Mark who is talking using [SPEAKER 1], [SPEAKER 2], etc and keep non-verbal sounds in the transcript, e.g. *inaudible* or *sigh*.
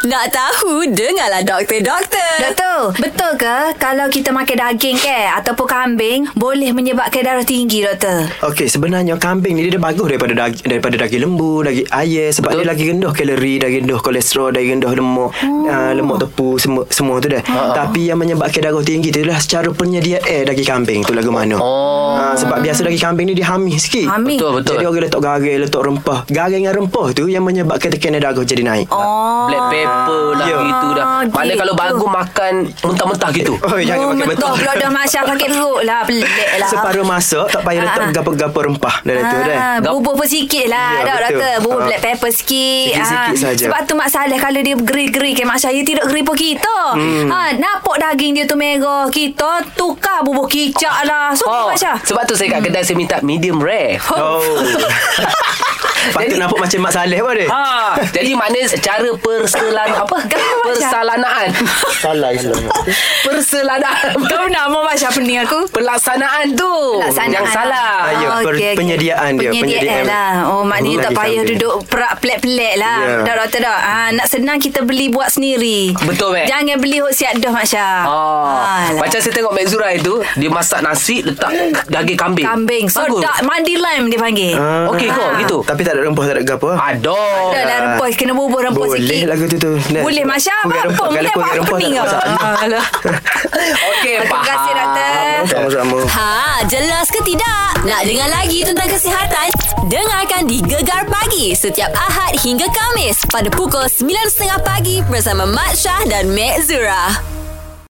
[SPEAKER 1] Nak tahu, dengarlah doktor-doktor.
[SPEAKER 2] Doktor, betul ke kalau kita makan daging ke ataupun kambing boleh menyebabkan darah tinggi, doktor?
[SPEAKER 3] Okey, sebenarnya kambing ni dia bagus daripada daging, daripada daging lembu, daging ayam sebab dia lagi rendah kalori, daging rendah kolesterol, daging rendah lemak, oh. uh, lemak tepu semua semua tu dah. Tapi yang menyebabkan darah tinggi tu adalah secara penyediaan daging kambing tu lagu mana.
[SPEAKER 4] Oh.
[SPEAKER 3] Uh, sebab biasa daging kambing ni dia hamil sikit.
[SPEAKER 2] Amin.
[SPEAKER 4] Betul betul.
[SPEAKER 3] Jadi orang letak garam, letak rempah. Garam dengan rempah tu yang menyebabkan tekanan darah jadi naik.
[SPEAKER 2] Oh.
[SPEAKER 4] Black pepper lah
[SPEAKER 3] Ya.
[SPEAKER 4] gitu dah. Pandai
[SPEAKER 2] Ah, gitu.
[SPEAKER 4] kalau bagus makan mentah-mentah gitu.
[SPEAKER 3] *laughs* Oh, jangan pakai betul.
[SPEAKER 2] Mentok pula dah Masya pakai perut lah. Pelik lah.
[SPEAKER 3] Separuh masak tak payah letak
[SPEAKER 2] Ah.
[SPEAKER 3] gapa-gapa rempah dalam tu dah.
[SPEAKER 2] Ah,
[SPEAKER 4] Gap-
[SPEAKER 2] bubur pun sikit lah
[SPEAKER 3] Ya,
[SPEAKER 2] yeah,
[SPEAKER 3] betul.
[SPEAKER 2] doktor Bubur
[SPEAKER 3] Ah.
[SPEAKER 2] black pepper sikit
[SPEAKER 3] Sikit-sikit
[SPEAKER 2] Ah,
[SPEAKER 3] saja.
[SPEAKER 2] Sebab tu Mak Saleh Kalau dia geri-geri ke Mak Syahir Tidak geri pun kita hmm. ha, Nampak daging dia tu merah Kita tukar bubur kicap lah So oh.
[SPEAKER 4] Oh,
[SPEAKER 2] Mak Syah
[SPEAKER 4] sebab tu saya kat kedai saya minta medium rare.
[SPEAKER 3] Oh. Patut
[SPEAKER 4] Jadi-
[SPEAKER 3] nampak macam Mak Saleh pun dia.
[SPEAKER 4] Ha, jadi maknanya secara perselan apa?
[SPEAKER 2] Kenapa, Mak Syah? *laughs*
[SPEAKER 4] Persalanaan.
[SPEAKER 5] Salah Islam
[SPEAKER 4] Perselanaan.
[SPEAKER 2] Kau nama Mak Syah pening aku
[SPEAKER 4] Pelaksanaan tu.
[SPEAKER 2] Pelaksanaan
[SPEAKER 4] Yang
[SPEAKER 2] lah.
[SPEAKER 4] salah.
[SPEAKER 3] Ah, ya,
[SPEAKER 2] Oh, okey,
[SPEAKER 3] per-
[SPEAKER 2] okey.
[SPEAKER 3] penyediaan dia,
[SPEAKER 2] Penyediaan
[SPEAKER 3] penyediaan.
[SPEAKER 2] lah Oh maknanya
[SPEAKER 3] Hmm,
[SPEAKER 2] tak
[SPEAKER 3] lagi
[SPEAKER 2] payah
[SPEAKER 3] sambil.
[SPEAKER 2] duduk Perak pelik-pelik lah
[SPEAKER 3] Ya.
[SPEAKER 2] yeah. Dah doktor dah ha, Nak senang kita beli buat sendiri
[SPEAKER 4] Betul, Mek.
[SPEAKER 2] Jangan beli hot siap dah Mak Syah
[SPEAKER 4] Ah,
[SPEAKER 2] Alah.
[SPEAKER 4] macam saya tengok Mek Zura itu Dia masak nasi Letak daging kambing
[SPEAKER 2] Kambing
[SPEAKER 4] Bagus
[SPEAKER 2] Sodak mandi lime dia panggil
[SPEAKER 3] Ah.
[SPEAKER 4] Okey kau
[SPEAKER 2] Ah.
[SPEAKER 4] gitu Ah.
[SPEAKER 3] Tapi tak ada rempah, tak ada gapa.
[SPEAKER 4] Ada
[SPEAKER 2] Dah lah rempah Kena bubur rempah
[SPEAKER 3] Boleh
[SPEAKER 2] sikit
[SPEAKER 3] lagu tu tu. Nah,
[SPEAKER 2] Boleh
[SPEAKER 3] sebab
[SPEAKER 2] Masya
[SPEAKER 3] kurang
[SPEAKER 2] Apa
[SPEAKER 3] rempah,
[SPEAKER 2] pun
[SPEAKER 3] kalau
[SPEAKER 2] Boleh
[SPEAKER 3] kurang
[SPEAKER 2] buat
[SPEAKER 3] rempah, tak
[SPEAKER 2] pening
[SPEAKER 3] ada
[SPEAKER 2] kau
[SPEAKER 3] masalah.
[SPEAKER 2] Alah.
[SPEAKER 4] Okey
[SPEAKER 2] *laughs*
[SPEAKER 4] faham
[SPEAKER 3] Eh,
[SPEAKER 2] Terima kasih doktor
[SPEAKER 3] Sama-sama.
[SPEAKER 1] Ha, jelas ke tidak? Nak dengar lagi tentang kesihatan? Dengarkan di Gegar Pagi setiap Ahad hingga Kamis pada pukul 9.30 pagi bersama Mat Syah dan Mek Zura.